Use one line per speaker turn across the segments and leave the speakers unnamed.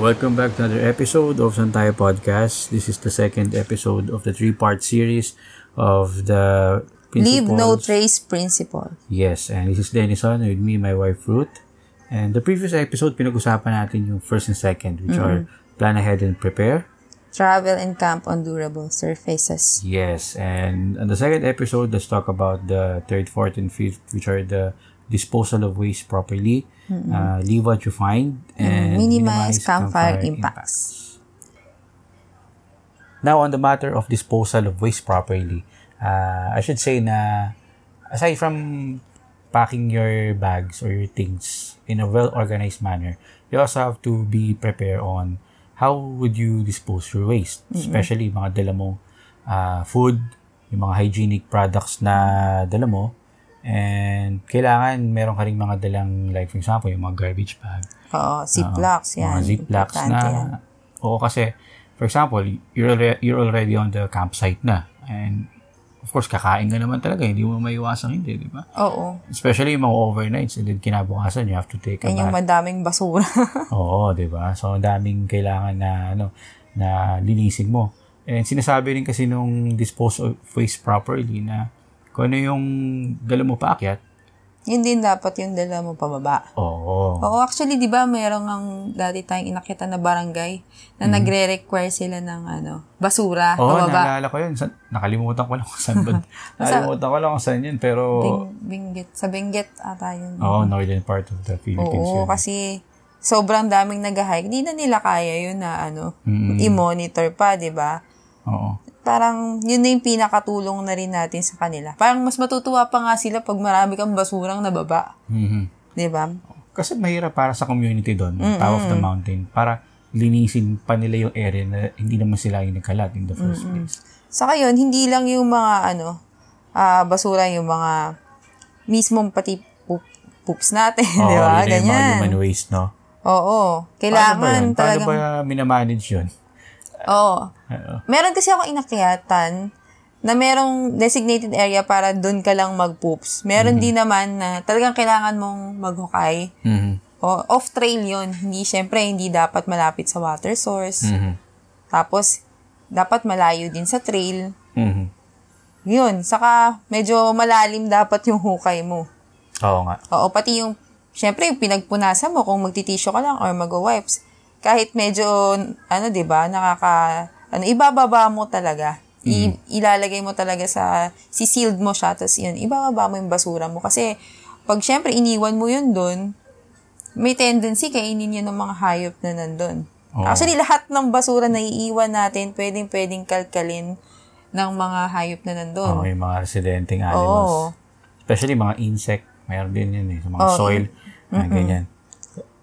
Welcome back to another episode of Santayo Podcast. This is the second episode of the three-part series of the
Leave no
principles.
trace principle.
Yes, and this is Denison with me, my wife Ruth. And the previous episode, pinag-usapan natin yung first and second, which are plan ahead and prepare.
Travel and camp on durable surfaces.
Yes, and on the second episode, let's talk about the third, fourth, and fifth, which are the disposal of waste properly, uh, leave what you find, and
Minimize campfire impacts.
Now, on the matter of disposal of waste properly, uh, I should say na aside from packing your bags or your things in a well-organized manner, you also have to be prepared on how would you dispose your waste, especially yung mga dala mo ah, food, yung mga hygienic products na dala mo, and kailangan meron ka rin mga dalang, like for example, yung mga garbage bag,
Oo, ziplocs yan.
mga ziplocs na.
Importante yan.
Oo, kasi, for example, you're, alre- you're already on the campsite na. And, of course, kakain ka naman talaga. Hindi mo maiwasang hindi, di ba?
Oo.
Especially yung mga overnights. And then, kinabukasan, you have to take a
Yan yung
bath.
madaming basura.
Oo, di ba? So, ang daming kailangan na, ano, na linisin mo. And sinasabi rin kasi nung dispose of waste properly na kung ano yung dala mo paakyat,
yun din dapat yung dala mo pababa.
oo.
Oo, actually, di ba, mayroong ang dati tayong inakita na barangay na nagre-require sila ng ano, basura
Mm-hmm. Oo,
pababa.
naalala ko yun. Sa- nakalimutan ko lang kung saan ba. nakalimutan ko lang kung saan yun. Pero,
Bing- Benguet. Sa Benguet ata yun.
oo, northern part of the Philippines yun.
Oo, kasi sobrang daming nag-hike. Di na nila kaya yun na ano, i-monitor pa, di ba?
Oo.
Parang yun na yung pinakatulong na rin natin sa kanila. Parang mas matutuwa pa nga sila pag marami kang basurang nababa.
Mhm.
Di ba?
Kasi mahirap para sa community doon, top of the mountain, para linisin pa nila yung area na hindi naman sila yung nagkalat in the first place.
Saka yun, hindi lang yung mga ano, ah, basura yung mga mismong pati poop, poops natin, di
Oo,
ba?
yun na yung mga human
ah, Ganyan.
waste, no?
Oo.
Paano ba
Kailangan
yun? Paano
talagang...
ba minamanage yun?
Oo.
Oo.
Meron kasi ako inakyatan na merong designated area para doon ka lang mag-poops. Meron din naman na talagang kailangan mong maghukay.
Mhm.
O, off-trail yon Hindi, syempre, hindi dapat malapit sa water source.
Mhm.
Tapos, dapat malayo din sa trail.
Mhm.
Yun. Saka, medyo malalim dapat yung hukay mo.
Oo nga.
Oo, pati yung, syempre, yung pinagpunasan mo kung magtitisyo ka lang or mag-wipes. Kahit medyo, ano, di ba, nakaka, ano, ibababa mo talaga.
Mm.
I- ilalagay mo talaga sa, si-sealed mo siya, tapos yun, ibababa mo yung basura mo. Kasi, pag syempre, iniwan mo yun doon, may tendency kainin yun ng mga hayop na nandun.
Oo.
Actually, lahat ng basura na iiwan natin, pwedeng-pwedeng kalkalin ng mga hayop na nandun.
Oo, yung mga residenteng animals.
Oo.
Especially mga insect. Mayroon din yun eh. Sa mga
Oo.
soil. mga ganyan.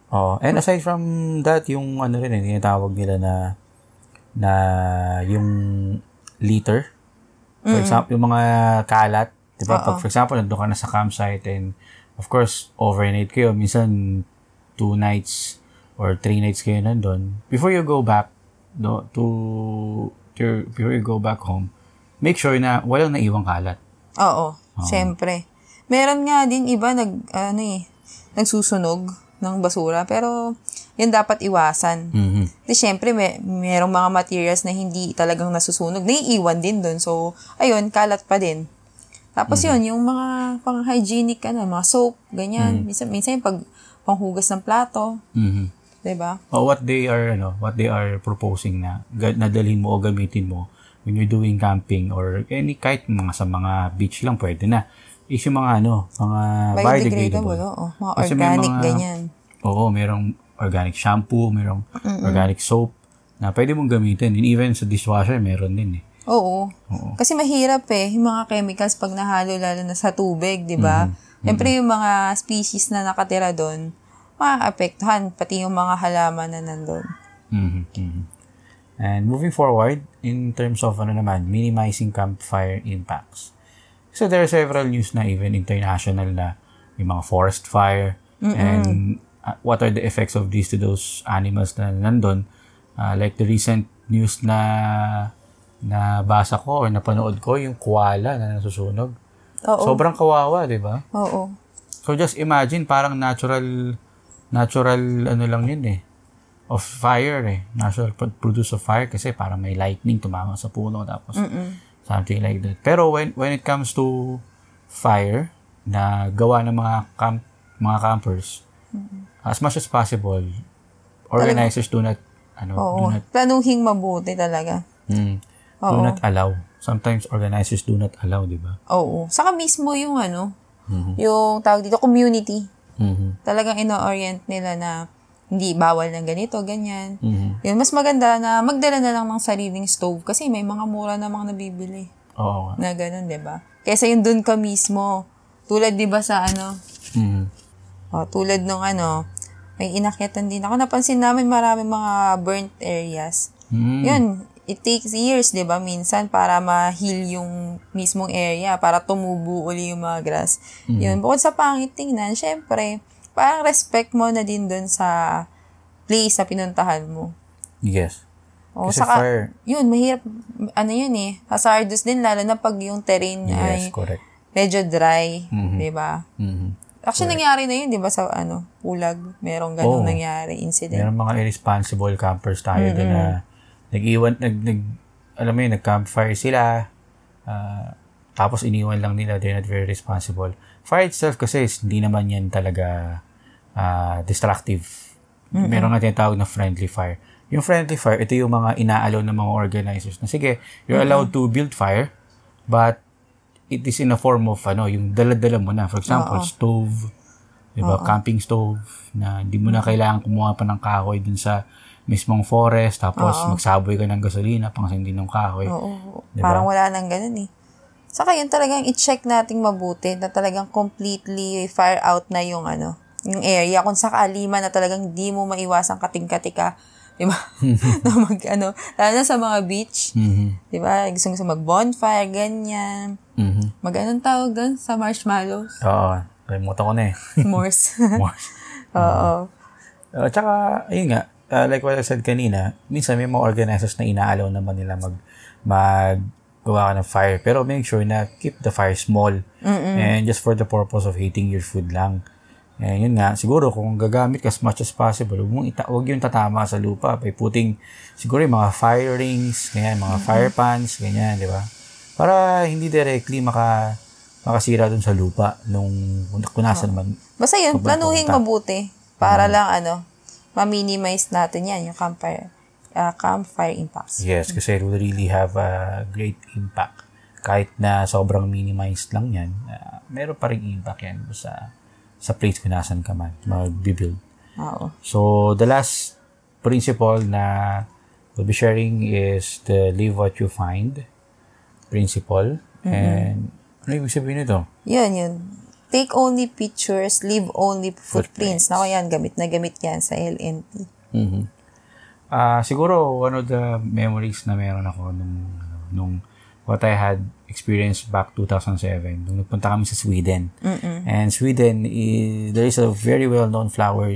Oh, and aside from that, yung ano rin eh, tinatawag nila na na yung litter. For example, yung mga kalat. Di ba? Pag, for example, nandun ka na sa campsite and of course, overnight kayo. Minsan, two nights or three nights kayo nandun. Before you go back no, to, to your- before you go back home, make sure na walang naiwang kalat.
Oo, syempre. Meron nga din iba nag ano eh, nagsusunog ng basura pero 'yan dapat iwasan.
Mhm.
Kasi syempre may merong mga materials na hindi talagang nasusunog, naiiwan din doon. So ayun, kalat pa din. Tapos
Hmm.
'yun, yung mga pang-hygienic ano, mga soap,
Hmm.
ganyan. Minsan minsan yung pag panghugas ng plato,
Mhm.
'di ba?
Oh, what they are ano, what they are proposing na ga- nadalhin mo o gamitin mo when you're doing camping or any kahit mga sa mga beach lang pwede na. Is yung mga ano, mga
Biodegradable, oo. Mga
Kasi may
organic,
mga-
ganyan.
Oo, merong organic shampoo, merong organic soap na pwede mong gamitin. And even sa dishwasher, meron din eh.
Oo.
Oo.
Kasi mahirap eh, yung mga chemicals pag nahalo lalo na sa tubig, di ba? Siyempre yung mga species na nakatira doon, maaapektuhan, pati yung mga halaman na nandun.
Mhm, mhm. And moving forward, in terms of ano naman, minimizing campfire impacts. So there are several news na even international na yung mga forest fire and uh, what are the effects of these to those animals na nandun. Uh, like the recent news na nabasa ko or napanood ko, yung koala na nasusunog.
Oo.
Sobrang kawawa, di ba?
Oo.
So just imagine parang natural natural ano lang yun eh. of fire eh. Natural produce of fire kasi parang may lightning tumama sa puno tapos something like that. Pero when when it comes to fire na gawa ng mga camp, mga campers, as much as possible, organizers do not ano, do
Oo.
not
Planuhing mabuti talaga.
mm, do not allow. Sometimes organizers do not allow, di ba?
Oo. Saka mismo yung ano, yung tawag dito, community.
Mhm.
Talagang ino-orient nila na hindi bawal ng ganito, ganyan.
Mhm.
Yun, mas maganda na magdala na lang ng sariling stove kasi may mga mura namang nabibili
Oo nga.
na ganun, 'di ba? Kaysa yung dun ka mismo. Tulad 'di ba sa ano,
Mhm.
o, tulad nung ano, may inakyatan din ako. Napansin namin maraming mga burnt areas.
Mm.
Yun, it takes years, di ba, minsan, para ma-heal yung mismong area, para tumubo uli yung mga grass.
Mm-hmm.
Yun, bukod sa pangit tingnan, syempre, parang respect mo na din dun sa place na pinuntahan mo.
Yes.
O,
Kasi
saka,
fire-
yun, mahirap, ano yun eh, hazardous din, lalo na pag yung terrain ay
Yes, correct.
medyo dry, di ba?
Mhm.
Actually, nangyari na yun, di ba, sa ano, pulag, merong
Oo.
ganong nangyari, incident.
Meron mga irresponsible campers tayo doon na nag-iwan, nag, nag, alam mo yun, nag-campfire sila, ah, tapos iniwan lang nila, they're not very responsible. Fire itself kasi is, hindi naman yan talaga ah, destructive. Meron nga tinatawag na friendly fire. Yung friendly fire, ito yung mga inaalaw ng mga organizers na sige, you're allowed to build fire, but it is in a form of ano, yung daladala mo na. For example, stove, 'di ba? Camping stove na hindi mo na kailangan kumuha pa ng kahoy dun sa mismong forest tapos magsaboy ka ng gasolina pang sindi ng kahoy.
Oo,
Di ba?
parang wala nang ganun eh. Saka yun talagang i-check nating mabuti na talagang completely fire out na yung ano, yung area kung sakali man na talagang di mo maiwasang kating-katika, di ba? na mag ano, lalo na sa mga beach,
Mhm.
di ba? Gusto gusto mag bonfire ganyan.
Mhm.
Mag anong tawag doon sa marshmallows?
Oo. Kalimutan ko na eh.
Morse.
More.
Oo.
Uh, tsaka, ayun nga, uh, like what I said kanina, minsan may mga organizers na inaalaw naman nila mag, mag gawa ka ng fire. Pero make sure na keep the fire small. And just for the purpose of heating your food lang. And yun nga, siguro kung gagamit ka as much as possible, huwag, mong ita- huwag yung tatama sa lupa by putting, siguro yung mga fire rings, ganyan, mga fire pans, ganyan, di ba? Para hindi directly maka, makasira dun sa lupa nung kung nasan man.
Basta yun,
Kabal
planuhin
punta.
mabuti para lang ano, ma-minimize natin yan, yung campfire, ah, campfire impacts.
Yes, kasi it will really have a great impact. Kahit na sobrang minimized lang yan, ah, meron pa rin impact yan sa sa place kung nasan ka man magbibuild.
Oo.
So, the last principle na we'll be sharing is the live what you find principle. And ano ibig sabihin nito?
Yun, yun. Take only pictures, leave only footprints. Nako yan, gamit na gamit yan sa LNT.
Ah, siguro one of the memories na meron ako nung ano, nung what I had experienced back 2007 nung nagpunta kami sa Sweden. And Sweden is there is a very well-known flower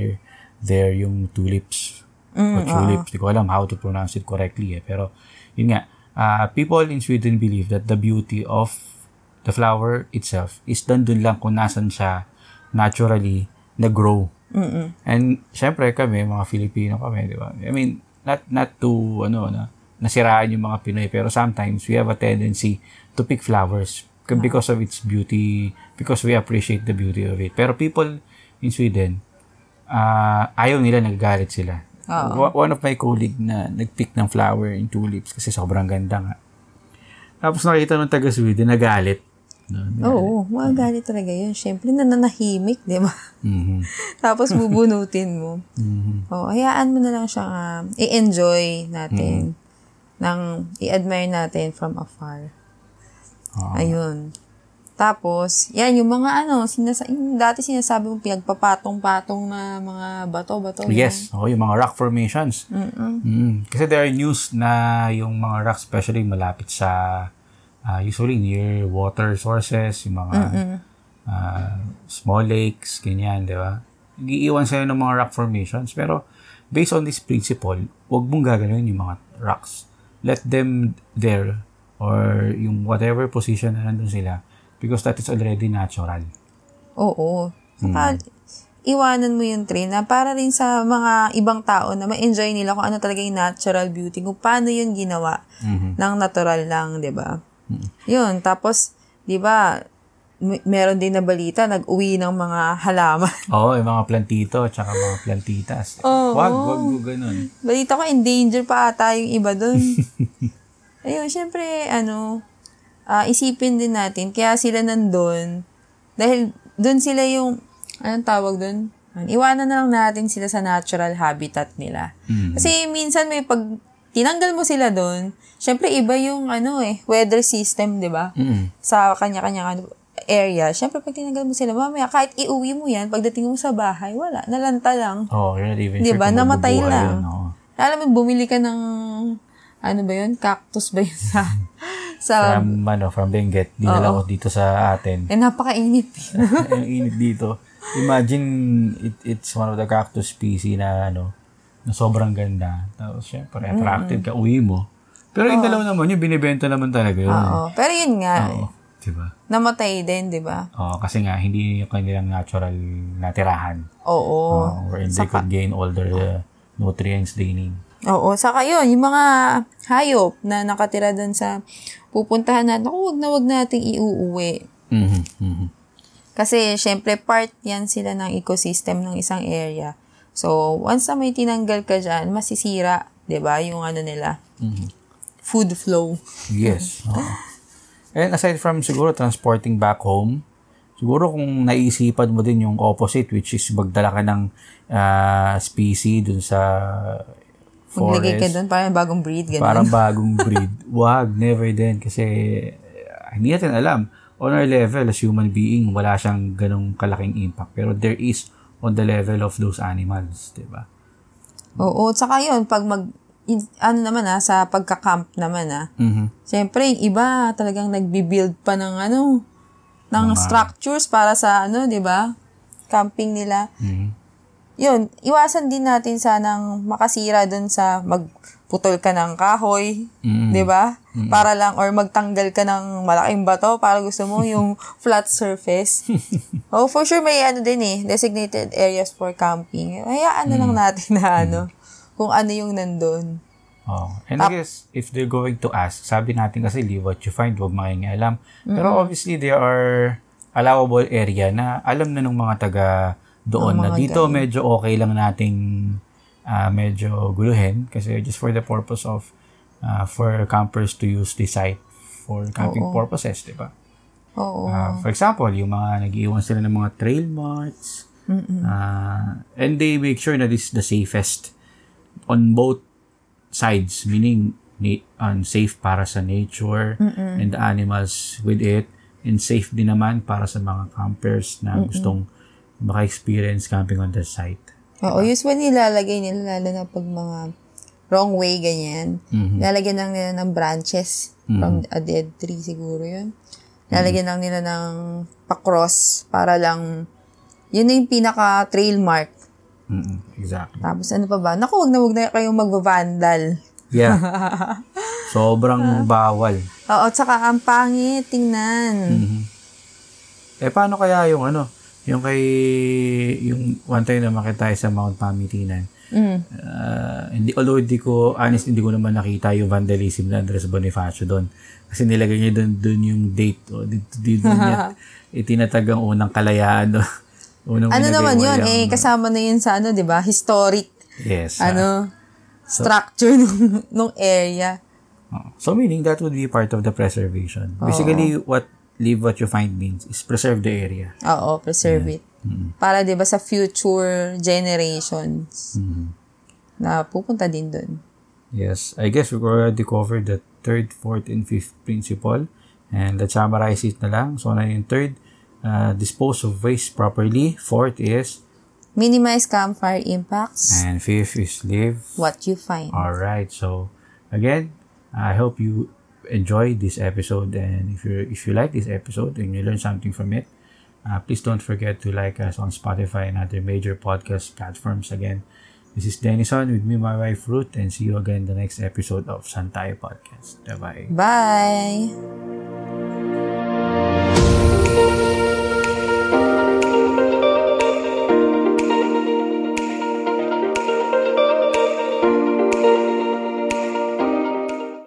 there yung tulips. or tulips, di ko alam how to pronounce it correctly eh. Pero yun nga, ah, people in Sweden believe that the beauty of the flower itself is nandun lang kung nasan siya naturally nag-grow. And syempre kami, mga Filipino kami, di ba? I mean, not not to ano na nasiraan yung mga Pinoy pero sometimes we have a tendency to pick flowers k- because of its beauty, because we appreciate the beauty of it. Pero people in Sweden, ah ayaw nila nagagalit sila. Wa- One of my colleague na nagpick ng flower in tulips kasi sobrang ganda nga. Tapos nakita nung taga Sweden, nagalit. No?
Oo, magalit talaga yun. Siyempre, nananahimik, di ba?
Mhm.
Tapos bubunutin mo.
Mhm.
Oo, hayaan mo na lang siyang ah, i-enjoy natin. Nang i-admire natin from afar.
Oo.
Ayun. Tapos, yan, yung mga ano, sinasa- yung dati sinasabi mong pinagpapatong-patong na mga bato-bato. di ba?
Yes, oh, yung mga rock formations. Mm. Kasi there are news na yung mga rock especially malapit sa ah, usually near water sources, yung mga ah, small lakes, ganyan, di ba? Nag-iiwan sa'yo ng mga rock formations. Pero based on this principle, huwag mong gagalawin yung mga rocks. Let them there or yung whatever position na nandun sila because that is already natural.
Oo. Saka, iwanan mo yung trail na para rin sa mga ibang tao na ma-enjoy nila kung ano talaga yung natural beauty, kung paano yun ginawa ng natural lang, di ba? Yun, tapos, di ba, m- meron din na balita, nag-uwi ng mga halaman.
Oo, yung mga plantito at saka mga plantitas.
Oo.
Wag, wag mo ganun.
Balita ko, endanger pa ata yung iba doon. Ayun, syempre, ano, ah, isipin din natin, kaya sila nandun, dahil doon sila yung, anong tawag doon? Iwanan na lang natin sila sa natural habitat nila.
Mm.
Kasi minsan may pag tinanggal mo sila doon, syempre iba yung ano eh, weather system, 'di ba?
Mm.
Sa kanya-kanya ano, area. Syempre pag tinanggal mo sila, mamaya kahit iuwi mo 'yan, pagdating mo sa bahay, wala, nalanta lang.
Oo, you're not even
Di
sure
ba?
kung
Diba? Namatay
mabubuhay
lang.
yun, oo.
Alam mo, bumili ka ng, ano ba yun? Cactus ba yun sa, sa,
From, ano, from Benguet, dinala ko dito sa atin.
eh, napakainit.
Ang init dito. Imagine, it, it's one of the cactus species na, ano, na sobrang ganda. Tapos, syempre, attracted ka, uwi mo. Pero yung dalawa naman, yung binibenta naman talaga yun.
Oo. Pero yun nga,
Oo. Diba?
namatay din, di ba?
Oo, kasi nga, hindi yung kanilang natural natirahan.
Oo.
Oo, wherein they could gain all their uh, nutrients they need.
Oo. Saka yun, yung mga hayop na nakatira doon sa pupuntahan natin, ako, wag na wag nating iuuwi.
Mm-hmm. mm
Kasi, syempre, part yan sila ng ecosystem ng isang area. So, once na may tinanggal ka dyan, masisira, di ba, yung ano nila,
Mm-hmm.
food flow.
Yes. oo. And aside from siguro transporting back home, siguro kung naisipan mo din yung opposite which is magdala ka ng ah, species dun sa
Maglagay ka
forest,
doon, parang bagong breed, ganun.
parang bagong breed. Wag, never din. Kasi ah, hindi natin alam. On our level as human being, wala siyang ganong kalaking impact. Pero there is on the level of those animals, di ba?
Oo, tsaka yun, pag mag, in- ano naman ah, sa pagka-camp naman ah,
Mhm.
syempre, yung iba talagang nagbi-build pa ng ano, ng structures para sa ano, di ba? Camping nila.
Mhm.
Yun, iwasan din natin sanang makasira dun sa magputol ka ng kahoy,
Mm.
di ba? Para lang, or magtanggal ka ng malaking bato para gusto mo yung flat surface. oh, for sure may ano din eh, designated areas for camping. Hayaan na lang natin na ano, kung ano yung nandun.
Oh, and I guess if they're going to ask, sabi natin kasi leave what you find, huwag mangingialam. Pero obviously there are allowable area na alam na ng mga taga doon
Ng
na
mga
dito medyo okay lang nating ah, medyo guluhin kasi just for the purpose of ah, for campers to use the site for camping purposes, di ba?
Oo.
Ah, for example, yung mga nag-iwan sila ng mga trail marks. Ah, and they make sure that it's the safest on both sides. Meaning, na- um, safe para sa nature and the animals with it. And safe din naman para sa mga campers na gustong maka-experience camping on the site.
Oo, usually nilalagay nila, lalo na pag mga wrong way, ganyan. Nilalagyan lang nila ng branches from a dead tree, siguro yun. Nilalagyan lang nila ng pakros para lang, yun na yung pinaka-trail mark.
Mm-mm, Exactly.
Tapos ano pa ba? Naku, wag na wag na kayong magva-vandal.
Yeah. Sobrang bawal.
Oo, tsaka ang pangit, tingnan.
Eh, paano kaya yung ano? Yung kay... Yung one time na makita tayo sa Mount Pamitinan.
Mm.
Ah, hindi, although hindi ko, honest, hindi ko naman nakita yung vandalism na Andres Bonifacio doon. Kasi nilagay niya doon, doon yung date. O, dito, dito niya itinatag ang unang kalayaan. No? Unang
Ano
pinagay
naman yun?
walang-
Eh, kasama na yun sa ano, di ba? Historic,
Yes.
ano, structure nung, nung area.
ah. so, meaning that would be part of the preservation. Basically, what leave what you find means is preserve the area.
Oo, preserve it. Para 'di ba sa future generations na pupunta din doon.
Yes, I guess we've already covered the third, fourth, and fifth principle. And let's summarize it na lang. So, na yung third, uh, dispose of waste properly. Fourth is,
Minimize campfire impacts
and fifth is live.
what you find.
Alright, so again, I hope you enjoyed this episode. And if you if you like this episode and you learn something from it, uh, please don't forget to like us on Spotify and other major podcast platforms. Again, this is Denison with me, my wife Ruth, and see you again in the next episode of Santay Podcast. Bye-bye.
Bye.